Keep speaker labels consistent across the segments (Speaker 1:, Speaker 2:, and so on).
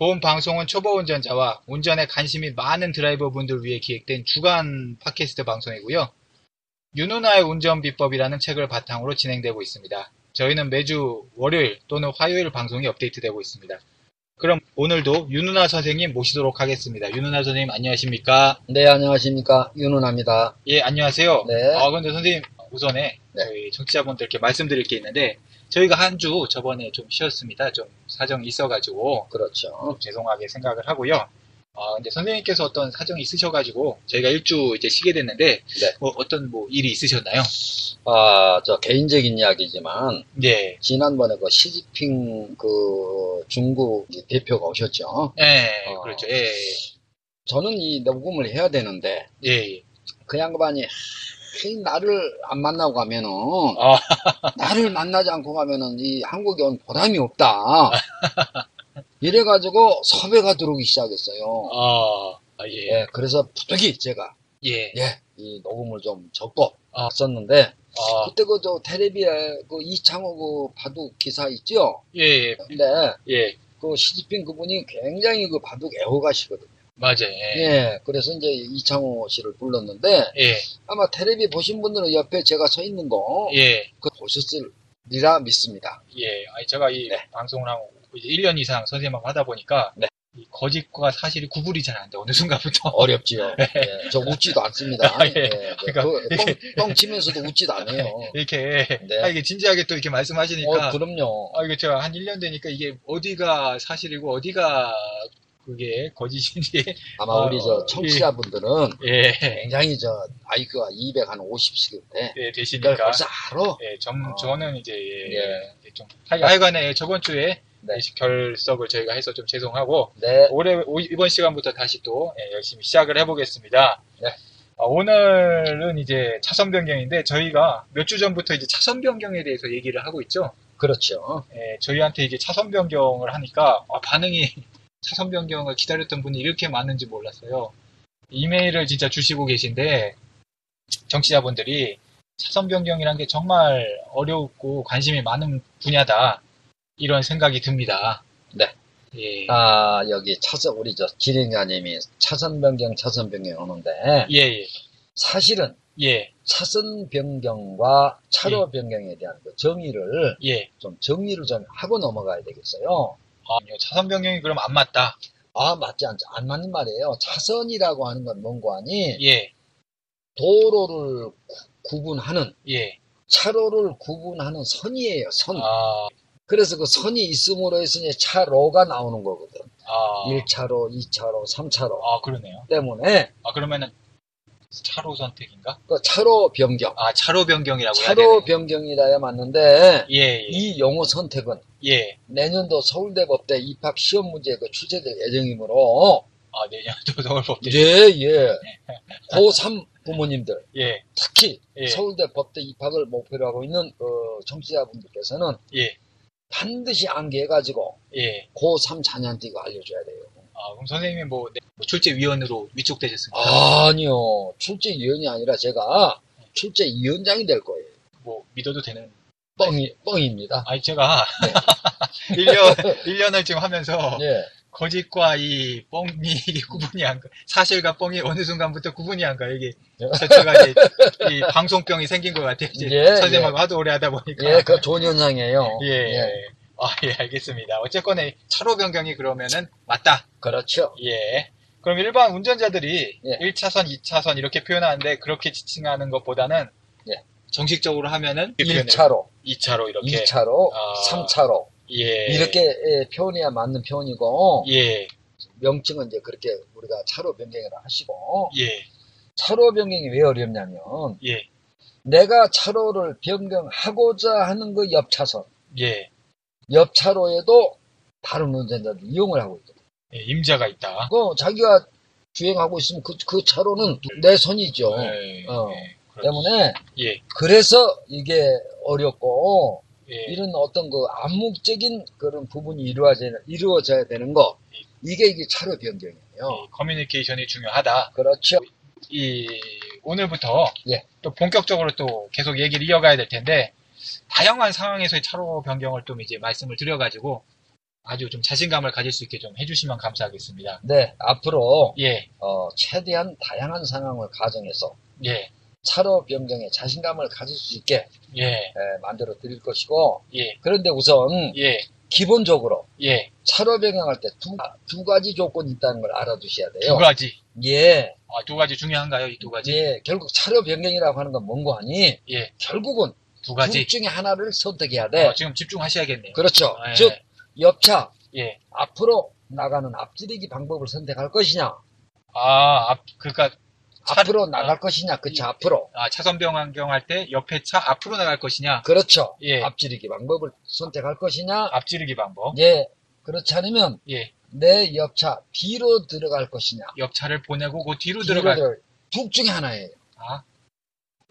Speaker 1: 본 방송은 초보 운전자와 운전에 관심이 많은 드라이버분들 위해 기획된 주간 팟캐스트 방송이고요. 윤누나의 운전비법이라는 책을 바탕으로 진행되고 있습니다. 저희는 매주 월요일 또는 화요일 방송이 업데이트되고 있습니다. 그럼 오늘도 윤누나 선생님 모시도록 하겠습니다. 윤누나 선생님 안녕하십니까?
Speaker 2: 네, 안녕하십니까. 윤은아입니다.
Speaker 1: 예, 안녕하세요.
Speaker 2: 네.
Speaker 1: 아, 근데 선생님, 우선에
Speaker 2: 네.
Speaker 1: 저희 청취자분들께 말씀드릴 게 있는데, 저희가 한 주 저번에 좀 쉬었습니다. 좀 사정이 있어가지고,
Speaker 2: 그렇죠.
Speaker 1: 좀 죄송하게 생각을 하고요. 아, 근데 선생님께서 어떤 사정이 있으셔가지고, 저희가 일주 이제 쉬게 됐는데,
Speaker 2: 네.
Speaker 1: 뭐 어떤 뭐 일이 있으셨나요?
Speaker 2: 아, 저 개인적인 이야기지만,
Speaker 1: 네.
Speaker 2: 지난번에 그 시지핑 그 중국 대표가 오셨죠.
Speaker 1: 예,
Speaker 2: 어.
Speaker 1: 그렇죠. 예,
Speaker 2: 저는 이 녹음을 해야 되는데,
Speaker 1: 예, 예.
Speaker 2: 그 양반이 하이 나를 안 만나고 가면은,
Speaker 1: 아.
Speaker 2: 나를 만나지 않고 가면은 이 한국에 온 보람이 없다. 이래가지고 섭외가 들어오기 시작했어요.
Speaker 1: 아, 아, 예,
Speaker 2: 예, 그래서 부득이 제가,
Speaker 1: 예,
Speaker 2: 예, 이 녹음을 좀 적고
Speaker 1: 아.
Speaker 2: 왔었는데,
Speaker 1: 아,
Speaker 2: 그때 그 저 테레비에 그 이창호 그 바둑 기사 있죠?
Speaker 1: 예, 예,
Speaker 2: 근데
Speaker 1: 예,
Speaker 2: 그 시진핑 그분이 굉장히 그 바둑 애호가시거든요.
Speaker 1: 맞아요. 예,
Speaker 2: 예. 그래서 이제 이창호 씨를 불렀는데
Speaker 1: 예,
Speaker 2: 아마 테레비 보신 분들은 옆에 제가 서 있는 거 그
Speaker 1: 예.
Speaker 2: 보셨으리라 믿습니다.
Speaker 1: 예, 아니 제가 이
Speaker 2: 네.
Speaker 1: 방송을 하고 이제 1년 이상 선생님하고 하다 보니까
Speaker 2: 네.
Speaker 1: 이 거짓과 사실이 구분이 잘 안 돼. 어느 순간부터.
Speaker 2: 어렵지요. 예, 저 웃지도 않습니다.
Speaker 1: 아, 네. 예.
Speaker 2: 예, 예.
Speaker 1: 그러니까
Speaker 2: 그 뻥, 뻥 치면서도 웃지도 않아요.
Speaker 1: 이렇게
Speaker 2: 네.
Speaker 1: 아, 이게 진지하게 또 이렇게 말씀하시니까
Speaker 2: 어, 그럼요.
Speaker 1: 아 이거 제가 한 1년 되니까 이게 어디가 사실이고 어디가 그게 거짓인지
Speaker 2: 아마
Speaker 1: 아,
Speaker 2: 우리 저
Speaker 1: 예.
Speaker 2: 청취자분들은
Speaker 1: 예,
Speaker 2: 굉장히 저 아이크가 250씩인데
Speaker 1: 예,
Speaker 2: 이걸
Speaker 1: 되시니까
Speaker 2: 벌써 알아?
Speaker 1: 예, 점,
Speaker 2: 어.
Speaker 1: 저는 이제 예,
Speaker 2: 예.
Speaker 1: 이제 좀 하여- 하여간에 저번 주에
Speaker 2: 네.
Speaker 1: 예, 결석을 저희가 해서 좀 죄송하고
Speaker 2: 네.
Speaker 1: 올해 오- 이번 시간부터 다시 또 예, 열심히 시작을 해보겠습니다.
Speaker 2: 네.
Speaker 1: 아, 오늘은 이제 차선 변경인데 저희가 몇 주 전부터 이제 차선 변경에 대해서 얘기를 하고 있죠.
Speaker 2: 그렇죠.
Speaker 1: 예, 저희한테 이제 차선 변경을 하니까 아, 반응이 차선 변경을 기다렸던 분이 이렇게 많은지 몰랐어요. 이메일을 진짜 주시고 계신데 정치자분들이 차선 변경이란 게 정말 어렵고 관심이 많은 분야다 이런 생각이 듭니다.
Speaker 2: 네.
Speaker 1: 예.
Speaker 2: 아, 여기 차선, 우리 저 기린가님이 차선 변경, 차선 변경 오는데,
Speaker 1: 예, 예.
Speaker 2: 사실은
Speaker 1: 예,
Speaker 2: 차선 변경과 차로 변경에 대한 그 정의를
Speaker 1: 예.
Speaker 2: 좀 정의를 좀 하고 넘어가야 되겠어요.
Speaker 1: 아, 아니요. 차선 변경이 그럼 안 맞다.
Speaker 2: 아, 맞지 않죠. 안 맞는 말이에요. 차선이라고 하는 건 뭔고 하니,
Speaker 1: 예,
Speaker 2: 도로를 구, 분하는
Speaker 1: 예.
Speaker 2: 차로를 구분하는 선이에요, 선.
Speaker 1: 아,
Speaker 2: 그래서 그 선이 있음으로 해서 이제 차로가 나오는 거거든.
Speaker 1: 아,
Speaker 2: 일 1차로, 2차로, 3차로.
Speaker 1: 아, 그러네요.
Speaker 2: 때문에
Speaker 1: 아, 그러면은 차로 선택인가?
Speaker 2: 그 차로 변경.
Speaker 1: 아, 차로 변경이라고
Speaker 2: 차로
Speaker 1: 해야 되네.
Speaker 2: 변경이라야 맞는데
Speaker 1: 예, 예,
Speaker 2: 이 용어 선택은
Speaker 1: 예.
Speaker 2: 내년도 서울대 법대 입학 시험 문제 그 출제될 예정이므로
Speaker 1: 아, 내년도 서울법대.
Speaker 2: 예예 고3 부모님들
Speaker 1: 예,
Speaker 2: 특히
Speaker 1: 예,
Speaker 2: 서울대 법대 입학을 목표로 하고 있는 그 정치자분들께서는
Speaker 1: 예,
Speaker 2: 반드시 암기해가지고
Speaker 1: 예.
Speaker 2: 고3 자녀한테 이거 알려줘야 돼요.
Speaker 1: 아, 그럼 선생님이 뭐, 네, 뭐 출제위원으로 위촉되셨습니다.
Speaker 2: 아. 아니요 출제위원이 아니라 제가 출제위원장이 될 거예요.
Speaker 1: 뭐, 믿어도 되는.
Speaker 2: 뻥이 뻥입니다.
Speaker 1: 아니, 제가
Speaker 2: 네.
Speaker 1: 1년, 1년을 지금 하면서
Speaker 2: 예.
Speaker 1: 거짓과 이 뻥이 이게 구분이 안 가. 사실과 뻥이 어느 순간부터 구분이 안 가. 이게
Speaker 2: 예.
Speaker 1: 자체가 이제 이 방송병이 생긴 것 같아요. 이제
Speaker 2: 예,
Speaker 1: 선생님하고 하도 오래 하다 보니까.
Speaker 2: 예, 그 좋은 현상이에요.
Speaker 1: 예, 예. 아, 예, 알겠습니다. 어쨌거나 이 차로 변경이 그러면은 맞다.
Speaker 2: 그렇죠.
Speaker 1: 예. 그럼 일반 운전자들이
Speaker 2: 예.
Speaker 1: 1차선, 2차선 이렇게 표현하는데 그렇게 지칭하는 것보다는
Speaker 2: 예.
Speaker 1: 정식적으로 하면은
Speaker 2: 1차로,
Speaker 1: 2차로 이렇게
Speaker 2: 2차로,
Speaker 1: 아.
Speaker 2: 3차로
Speaker 1: 예.
Speaker 2: 이렇게 예, 표현해야 맞는 표현이고
Speaker 1: 예.
Speaker 2: 명칭은 이제 그렇게 우리가 차로 변경을 하시고
Speaker 1: 예.
Speaker 2: 차로 변경이 왜 어렵냐면
Speaker 1: 예.
Speaker 2: 내가 차로를 변경하고자 하는 그 옆 차선,
Speaker 1: 예.
Speaker 2: 옆 차로에도 다른 운전자들이 이용을 하고 있다.
Speaker 1: 예, 임자가 있다.
Speaker 2: 그 자기가 주행하고 있으면 그, 그 차로는 내 손이죠.
Speaker 1: 예.
Speaker 2: 어.
Speaker 1: 예. 그렇죠.
Speaker 2: 때문에
Speaker 1: 예.
Speaker 2: 그래서 이게 어렵고
Speaker 1: 예.
Speaker 2: 이런 어떤 그 암묵적인 그런 부분이 이루어져야, 이루어져야 되는 거 이게 이게 차로 변경이에요.
Speaker 1: 이 어, 커뮤니케이션이 중요하다.
Speaker 2: 그렇죠.
Speaker 1: 이 오늘부터
Speaker 2: 예.
Speaker 1: 또 본격적으로 또 계속 얘기를 이어가야 될 텐데 다양한 상황에서의 차로 변경을 좀 이제 말씀을 드려가지고 아주 좀 자신감을 가질 수 있게 좀 해주시면 감사하겠습니다.
Speaker 2: 네, 앞으로
Speaker 1: 예,
Speaker 2: 어, 최대한 다양한 상황을 가정해서
Speaker 1: 예,
Speaker 2: 차로 변경에 자신감을 가질 수 있게
Speaker 1: 예,
Speaker 2: 에, 만들어 드릴 것이고
Speaker 1: 예,
Speaker 2: 그런데 우선
Speaker 1: 예,
Speaker 2: 기본적으로
Speaker 1: 예,
Speaker 2: 차로 변경할 때 두 두 가지 조건이 있다는 걸 알아두셔야 돼요.
Speaker 1: 두 가지.
Speaker 2: 예,
Speaker 1: 아, 두 가지 중요한가요? 이 두 가지?
Speaker 2: 예, 결국 차로 변경이라고 하는 건 뭔고 하니
Speaker 1: 예,
Speaker 2: 결국은
Speaker 1: 두 가지.
Speaker 2: 둘 중에 하나를 선택해야 돼.
Speaker 1: 어, 지금 집중하셔야겠네요.
Speaker 2: 그렇죠.
Speaker 1: 아, 예.
Speaker 2: 즉 옆차
Speaker 1: 예.
Speaker 2: 앞으로 나가는 앞지르기 방법을 선택할 것이냐,
Speaker 1: 아, 앞, 그러니까 차-
Speaker 2: 앞으로 나갈 것이냐, 그쵸
Speaker 1: 예.
Speaker 2: 앞으로.
Speaker 1: 아, 차선 변경할 때 옆에 차 앞으로 나갈 것이냐,
Speaker 2: 그렇죠.
Speaker 1: 예.
Speaker 2: 앞지르기 방법을 선택할 것이냐.
Speaker 1: 앞지르기 방법.
Speaker 2: 예, 그렇지 않으면
Speaker 1: 예,
Speaker 2: 내 옆차 B로 들어갈 것이냐.
Speaker 1: 옆차를 보내고 그 뒤로
Speaker 2: D로
Speaker 1: 들어갈.
Speaker 2: 들어갈 둘 중에 하나예요.
Speaker 1: 아,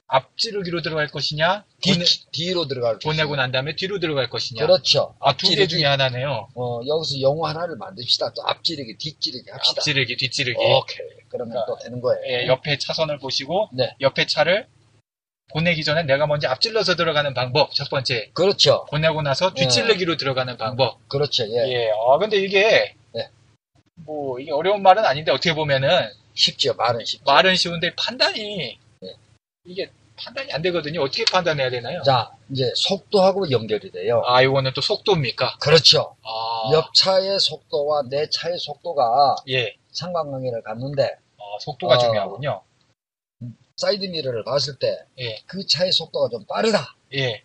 Speaker 1: 앞지르기로 들어갈 것이냐,
Speaker 2: D,
Speaker 1: 보내,
Speaker 2: D로 들어갈
Speaker 1: 보내고
Speaker 2: 것이냐.
Speaker 1: 난 다음에 뒤로 들어갈 것이냐.
Speaker 2: 그렇죠.
Speaker 1: 아, 두 개
Speaker 2: 앞지르기.
Speaker 1: 중에 하나네요.
Speaker 2: 어, 여기서 영어 하나를 만듭시다. 또 앞지르기, 뒷지르기 합시다.
Speaker 1: 앞지르기, 뒤지르기.
Speaker 2: 오케이. 그러면 또 되는 거예요.
Speaker 1: 예, 옆에 차선을 보시고,
Speaker 2: 네.
Speaker 1: 옆에 차를 보내기 전에 내가 먼저 앞질러서 들어가는 방법, 첫 번째.
Speaker 2: 그렇죠.
Speaker 1: 보내고 나서 뒤질르기로
Speaker 2: 네.
Speaker 1: 들어가는 방법.
Speaker 2: 그렇죠. 예.
Speaker 1: 예, 아, 근데 이게,
Speaker 2: 네.
Speaker 1: 뭐, 이게 어려운 말은 아닌데, 어떻게 보면은,
Speaker 2: 쉽죠. 말은 쉽죠.
Speaker 1: 말은 쉬운데, 판단이,
Speaker 2: 네.
Speaker 1: 이게 판단이 안 되거든요. 어떻게 판단해야 되나요?
Speaker 2: 자, 이제 속도하고 연결이 돼요.
Speaker 1: 아, 요거는 또 속도입니까?
Speaker 2: 그렇죠.
Speaker 1: 아,
Speaker 2: 옆 차의 속도와 내 차의 속도가
Speaker 1: 예.
Speaker 2: 상관관계를 갖는데
Speaker 1: 아, 속도가
Speaker 2: 아.
Speaker 1: 중요하군요.
Speaker 2: 사이드 미러를 봤을 때 그
Speaker 1: 예.
Speaker 2: 차의 속도가 좀 빠르다.
Speaker 1: 예,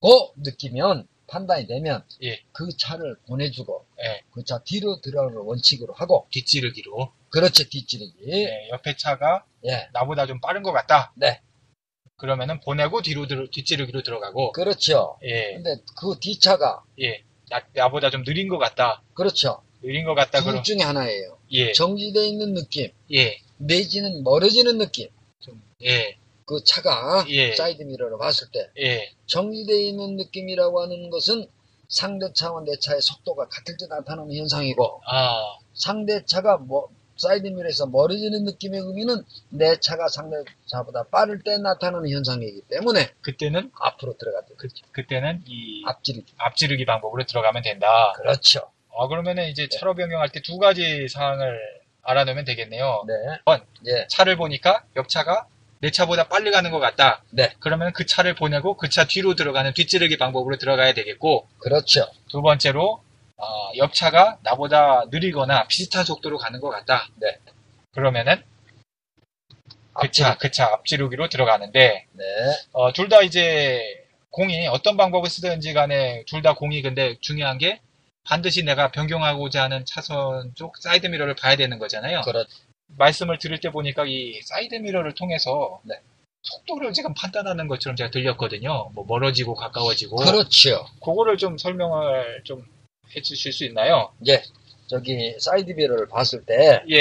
Speaker 2: 고 느끼면 판단이 되면
Speaker 1: 예.
Speaker 2: 그 차를 보내주고
Speaker 1: 예.
Speaker 2: 그 차 뒤로 들어가는 원칙으로 하고
Speaker 1: 뒷지르기로.
Speaker 2: 그렇죠 뒷지르기
Speaker 1: 예, 옆에 차가
Speaker 2: 예
Speaker 1: 나보다 좀 빠른 것 같다.
Speaker 2: 네.
Speaker 1: 그러면은 보내고 뒤로 들, 뒷지르기로 들어가고.
Speaker 2: 그렇죠
Speaker 1: 예,
Speaker 2: 근데 그 뒤차가
Speaker 1: 예. 나, 나보다 좀 느린 것 같다.
Speaker 2: 그렇죠
Speaker 1: 느린 것 같다.
Speaker 2: 둘
Speaker 1: 그럼
Speaker 2: 중에 하나예요
Speaker 1: 예,
Speaker 2: 정지되어 있는 느낌
Speaker 1: 예,
Speaker 2: 내지는 멀어지는 느낌
Speaker 1: 예,
Speaker 2: 그 차가
Speaker 1: 예.
Speaker 2: 사이드 미러로 봤을 때
Speaker 1: 예,
Speaker 2: 정지되어 있는 느낌이라고 하는 것은 상대 차와 내 차의 속도가 같을 때 나타나는 현상이고
Speaker 1: 아,
Speaker 2: 상대 차가 뭐 사이드 미러에서 멀어지는 느낌의 의미는 내 차가 상대 차보다 빠를 때 나타나는 현상이기 때문에
Speaker 1: 그때는
Speaker 2: 앞으로 들어갔다.
Speaker 1: 그, 그때는 이
Speaker 2: 앞지르기.
Speaker 1: 앞지르기 방법으로 들어가면 된다.
Speaker 2: 그렇죠.
Speaker 1: 아, 그러면은 이제
Speaker 2: 네.
Speaker 1: 차로 변경할 때 두 가지 사항을 알아놓으면 되겠네요.
Speaker 2: 네.
Speaker 1: 번.
Speaker 2: 예.
Speaker 1: 차를 보니까 옆 차가 내 차보다 빨리 가는 것 같다.
Speaker 2: 네.
Speaker 1: 그러면 그 차를 보내고 그 차 뒤로 들어가는 뒷지르기 방법으로 들어가야 되겠고
Speaker 2: 그렇죠.
Speaker 1: 두 번째로 어, 옆 차가 나보다 느리거나 비슷한 속도로 가는 것 같다.
Speaker 2: 네.
Speaker 1: 그러면은 그 차
Speaker 2: 앞지르기.
Speaker 1: 그 차 앞지르기로 들어가는데
Speaker 2: 네.
Speaker 1: 둘 다 이제 공이 어떤 방법을 쓰든지 간에 둘 다 공이 근데 중요한 게 반드시 내가 변경하고자 하는 차선 쪽 사이드 미러를 봐야 되는 거잖아요.
Speaker 2: 그렇.
Speaker 1: 말씀을 들을 때 보니까 이 사이드 미러를 통해서
Speaker 2: 네.
Speaker 1: 속도를 지금 판단하는 것처럼 제가 들렸거든요. 뭐 멀어지고 가까워지고
Speaker 2: 그렇죠.
Speaker 1: 그거를 좀 설명을 좀 해주실 수 있나요?
Speaker 2: 예. 저기 사이드 미러를 봤을 때
Speaker 1: 예,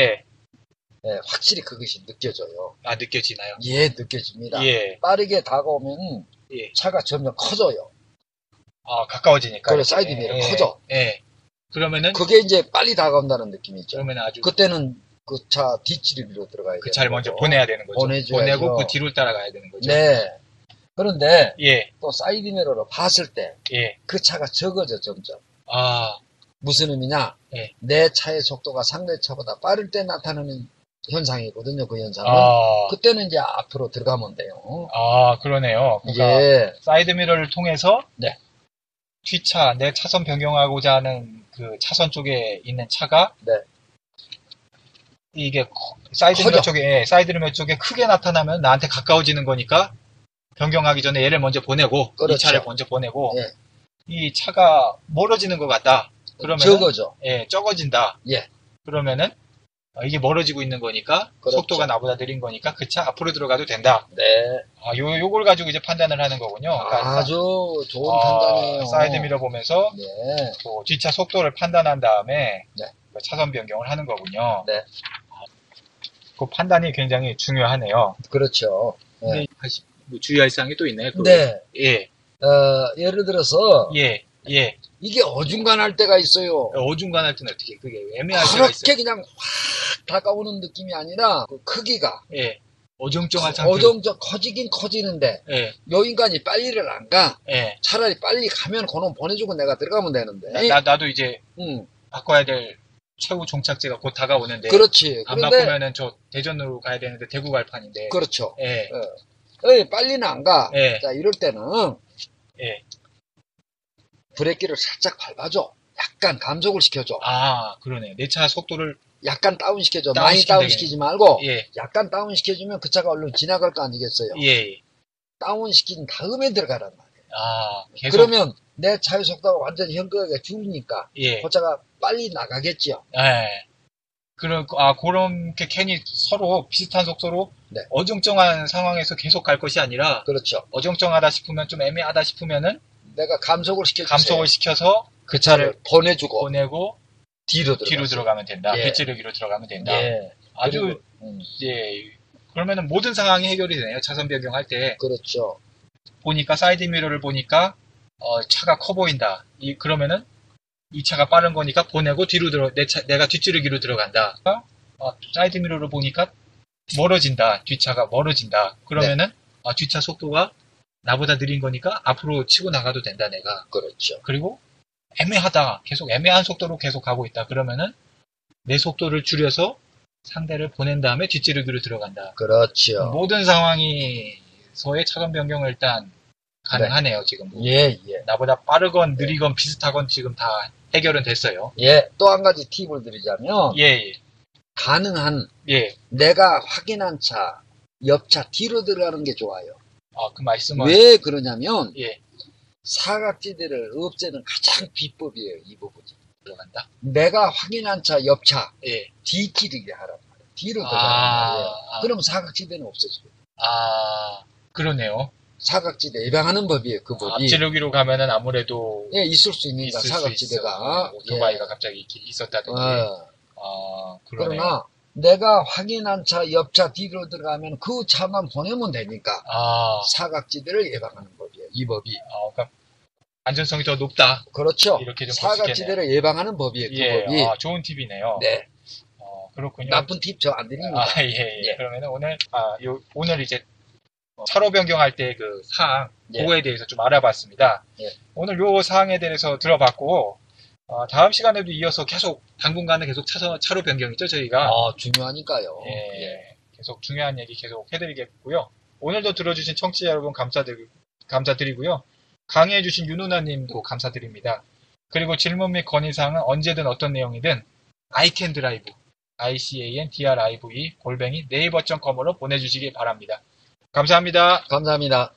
Speaker 2: 예, 확실히 그것이 느껴져요.
Speaker 1: 아 느껴지나요?
Speaker 2: 예, 느껴집니다.
Speaker 1: 예,
Speaker 2: 빠르게 다가오면
Speaker 1: 예.
Speaker 2: 차가 점점 커져요.
Speaker 1: 아 가까워지니까.
Speaker 2: 그래,
Speaker 1: 이렇게.
Speaker 2: 사이드 미러
Speaker 1: 예,
Speaker 2: 커져.
Speaker 1: 예. 그러면은
Speaker 2: 그게 이제 빨리 다가온다는 느낌이죠.
Speaker 1: 그러면 아주 그,
Speaker 2: 그때는 그 차 뒷지르기로 들어가야 돼요.
Speaker 1: 차를 먼저 보내야 되는 거죠.
Speaker 2: 보내줘야죠.
Speaker 1: 보내고 그 뒤를 따라가야 되는 거죠.
Speaker 2: 네. 그런데
Speaker 1: 예,
Speaker 2: 또 사이드 미러로 봤을 때 그
Speaker 1: 예.
Speaker 2: 차가 적어져 점점.
Speaker 1: 아,
Speaker 2: 무슨 의미냐?
Speaker 1: 예.
Speaker 2: 내 차의 속도가 상대 차보다 빠를 때 나타나는 현상이거든요. 그 현상은.
Speaker 1: 아,
Speaker 2: 그때는 이제 앞으로 들어가면 돼요.
Speaker 1: 아 그러네요. 그러니까
Speaker 2: 예.
Speaker 1: 사이드 미러를 통해서
Speaker 2: 네.
Speaker 1: 뒷차 내 차선 변경하고자 하는 그 차선 쪽에 있는 차가
Speaker 2: 네.
Speaker 1: 이게 커- 사이드 미러
Speaker 2: 커져.
Speaker 1: 쪽에 예, 사이드 미러 쪽에 크게 나타나면 나한테 가까워지는 거니까 변경하기 전에 얘를 먼저 보내고 이
Speaker 2: 그렇죠.
Speaker 1: 차를 먼저 보내고
Speaker 2: 예.
Speaker 1: 이 차가 멀어지는 것 같다. 그러면
Speaker 2: 저거죠.
Speaker 1: 예, 적어진다.
Speaker 2: 예.
Speaker 1: 그러면은 어, 이게 멀어지고 있는 거니까
Speaker 2: 그렇죠.
Speaker 1: 속도가 나보다 느린 거니까 그 차 앞으로 들어가도 된다.
Speaker 2: 네.
Speaker 1: 아, 요 요걸 가지고 이제 판단을 하는 거군요. 그러니까
Speaker 2: 아주 좋은
Speaker 1: 아,
Speaker 2: 판단이에요.
Speaker 1: 사이드 미러 보면서
Speaker 2: 네.
Speaker 1: 또 뒷차 속도를 판단한 다음에
Speaker 2: 네.
Speaker 1: 그 차선 변경을 하는 거군요.
Speaker 2: 네.
Speaker 1: 그 판단이 굉장히 중요하네요.
Speaker 2: 그렇죠. 네.
Speaker 1: 근데 사실 뭐 주의할 사항이 또 있네. 그-
Speaker 2: 네.
Speaker 1: 예,
Speaker 2: 어, 예를 들어서
Speaker 1: 예, 예.
Speaker 2: 이게 어중간할 때가 있어요.
Speaker 1: 어중간할 때는 어떻게 그게 애매할 때가 있어요.
Speaker 2: 그렇게 그냥 확 다가오는 느낌이 아니라 그 크기가
Speaker 1: 예, 어정쩡한 상태.
Speaker 2: 어정쩡 커지긴 커지는데
Speaker 1: 예,
Speaker 2: 요 인간이 빨리를 안 가.
Speaker 1: 예.
Speaker 2: 차라리 빨리 가면 그놈 보내주고 내가 들어가면 되는데.
Speaker 1: 나- 나, 나도 이제
Speaker 2: 음,
Speaker 1: 바꿔야 될 최후 종착지가 곧 다가오는데
Speaker 2: 그렇지.
Speaker 1: 네. 안
Speaker 2: 그런데
Speaker 1: 바꾸면은 저 대전으로 가야 되는데 대구 갈 판인데.
Speaker 2: 그렇죠.
Speaker 1: 예,
Speaker 2: 에이, 빨리는 안 가.
Speaker 1: 예,
Speaker 2: 자, 이럴 때는
Speaker 1: 예.
Speaker 2: 브레이크를 살짝 밟아줘. 약간 감속을 시켜줘.
Speaker 1: 아, 그러네요. 내 차 속도를
Speaker 2: 약간 다운 시켜줘.
Speaker 1: 다운
Speaker 2: 많이
Speaker 1: 시키면
Speaker 2: 다운 시키지 말고
Speaker 1: 예,
Speaker 2: 약간 다운 시켜주면 그 차가 얼른 지나갈 거 아니겠어요.
Speaker 1: 예.
Speaker 2: 다운 시킨 다음에 들어가란 말이야.
Speaker 1: 아, 계속
Speaker 2: 그러면 내 차의 속도가 완전히 현격하게 줄으니까
Speaker 1: 예,
Speaker 2: 그 차가 빨리 나가겠지요.
Speaker 1: 예. 그런 아 그렇게 괜히 서로 비슷한 속도로
Speaker 2: 네.
Speaker 1: 어정쩡한 상황에서 계속 갈 것이 아니라
Speaker 2: 그렇죠.
Speaker 1: 어정쩡하다 싶으면 좀 애매하다 싶으면은
Speaker 2: 내가 감속을 시켜주세요.
Speaker 1: 감속을 시켜서
Speaker 2: 그 차를 보내주고
Speaker 1: 보내고
Speaker 2: 뒤로 들어.
Speaker 1: 뒤로 들어가면 된다.
Speaker 2: 예.
Speaker 1: 빗지르기로 들어가면 된다.
Speaker 2: 예.
Speaker 1: 아주
Speaker 2: 그리고, 음,
Speaker 1: 예. 그러면은 모든 상황이 해결이 되네요. 차선 변경할 때
Speaker 2: 그렇죠.
Speaker 1: 보니까 사이드 미러를 보니까 어, 차가 커 보인다. 이 그러면은 이 차가 빠른 거니까 보내고 뒤로 들어 내 차, 내가 뒷지르기로 들어간다. 어, 사이드 미러를 보니까 멀어진다. 뒷차가 멀어진다. 그러면은 아, 뒷차 속도가 나보다 느린 거니까 앞으로 치고 나가도 된다 내가.
Speaker 2: 그렇죠.
Speaker 1: 그리고 애매하다. 계속 애매한 속도로 계속 가고 있다. 그러면은 내 속도를 줄여서 상대를 보낸 다음에 뒷지르기로 들어간다.
Speaker 2: 그렇죠.
Speaker 1: 모든 상황이 서의 차선 변경을 일단 가능하네요 지금
Speaker 2: 예, 네. 예.
Speaker 1: 나보다 빠르건 느리건 비슷하건 지금 다 해결은 됐어요
Speaker 2: 예. 또 한 가지 팁을 드리자면,
Speaker 1: 예예
Speaker 2: 가능한,
Speaker 1: 예, 예.
Speaker 2: 내가 확인한 차, 옆차 뒤로 들어가는 게 좋아요.
Speaker 1: 아그 말씀은
Speaker 2: 왜 그러냐면,
Speaker 1: 예
Speaker 2: 사각지대를 없애는 가장 비법이에요, 이 부분이.
Speaker 1: 들어간다
Speaker 2: 내가 확인한 차, 옆차, 뒤지르게 하란 말이에요. 뒤로
Speaker 1: 아.
Speaker 2: 들어가란 그 말이에요.
Speaker 1: 예아
Speaker 2: 그러면 사각지대는 없어져요.
Speaker 1: 아, 그러네요
Speaker 2: 사각지대 예방하는 법이에요, 그 법이.
Speaker 1: 아, 앞지르기로 가면은 아무래도
Speaker 2: 예, 있을 수 있는
Speaker 1: 있을
Speaker 2: 사각지대가.
Speaker 1: 수 있어요 오토바이가 갑자기 이렇게 있었다든지
Speaker 2: 예.
Speaker 1: 아 그러네요
Speaker 2: 그러나 내가 확인한 차, 옆차 뒤로 들어가면 그 차만 보내면 되니까
Speaker 1: 아,
Speaker 2: 사각지대를 예방하는 법이에요. 이 법이.
Speaker 1: 아 그러니까 안전성이 더 높다
Speaker 2: 그렇죠.
Speaker 1: 이렇게 좀
Speaker 2: 사각지대를 예방하는 법이에요. 그
Speaker 1: 예
Speaker 2: 법이.
Speaker 1: 아, 좋은 팁이네요
Speaker 2: 네.
Speaker 1: 어, 그렇군요
Speaker 2: 나쁜 팁 저 안 드립니다.
Speaker 1: 아, 예, 예.
Speaker 2: 예.
Speaker 1: 그러면은 오늘, 아, 요, 오늘 이제 차로 변경할 때 그 사항,
Speaker 2: 예.
Speaker 1: 그거에 대해서 좀 알아봤습니다.
Speaker 2: 예.
Speaker 1: 오늘 요 사항에 대해서 들어봤고, 어, 다음 시간에도 이어서 계속, 당분간은 계속 차선, 차로 변경이죠, 저희가.
Speaker 2: 아, 중요하니까요.
Speaker 1: 예.
Speaker 2: 예.
Speaker 1: 계속 중요한 얘기 계속 해드리겠고요. 오늘도 들어주신 청취자 여러분 감사드리, 감사드리고요. 강의해주신 윤우나님도 감사드립니다. 그리고 질문 및 건의사항은 언제든 어떤 내용이든 iCanDrive, E I-C-A-N-D-R-I-V-E 골뱅이 네이버.com으로 보내주시기 바랍니다. 감사합니다.
Speaker 2: 감사합니다.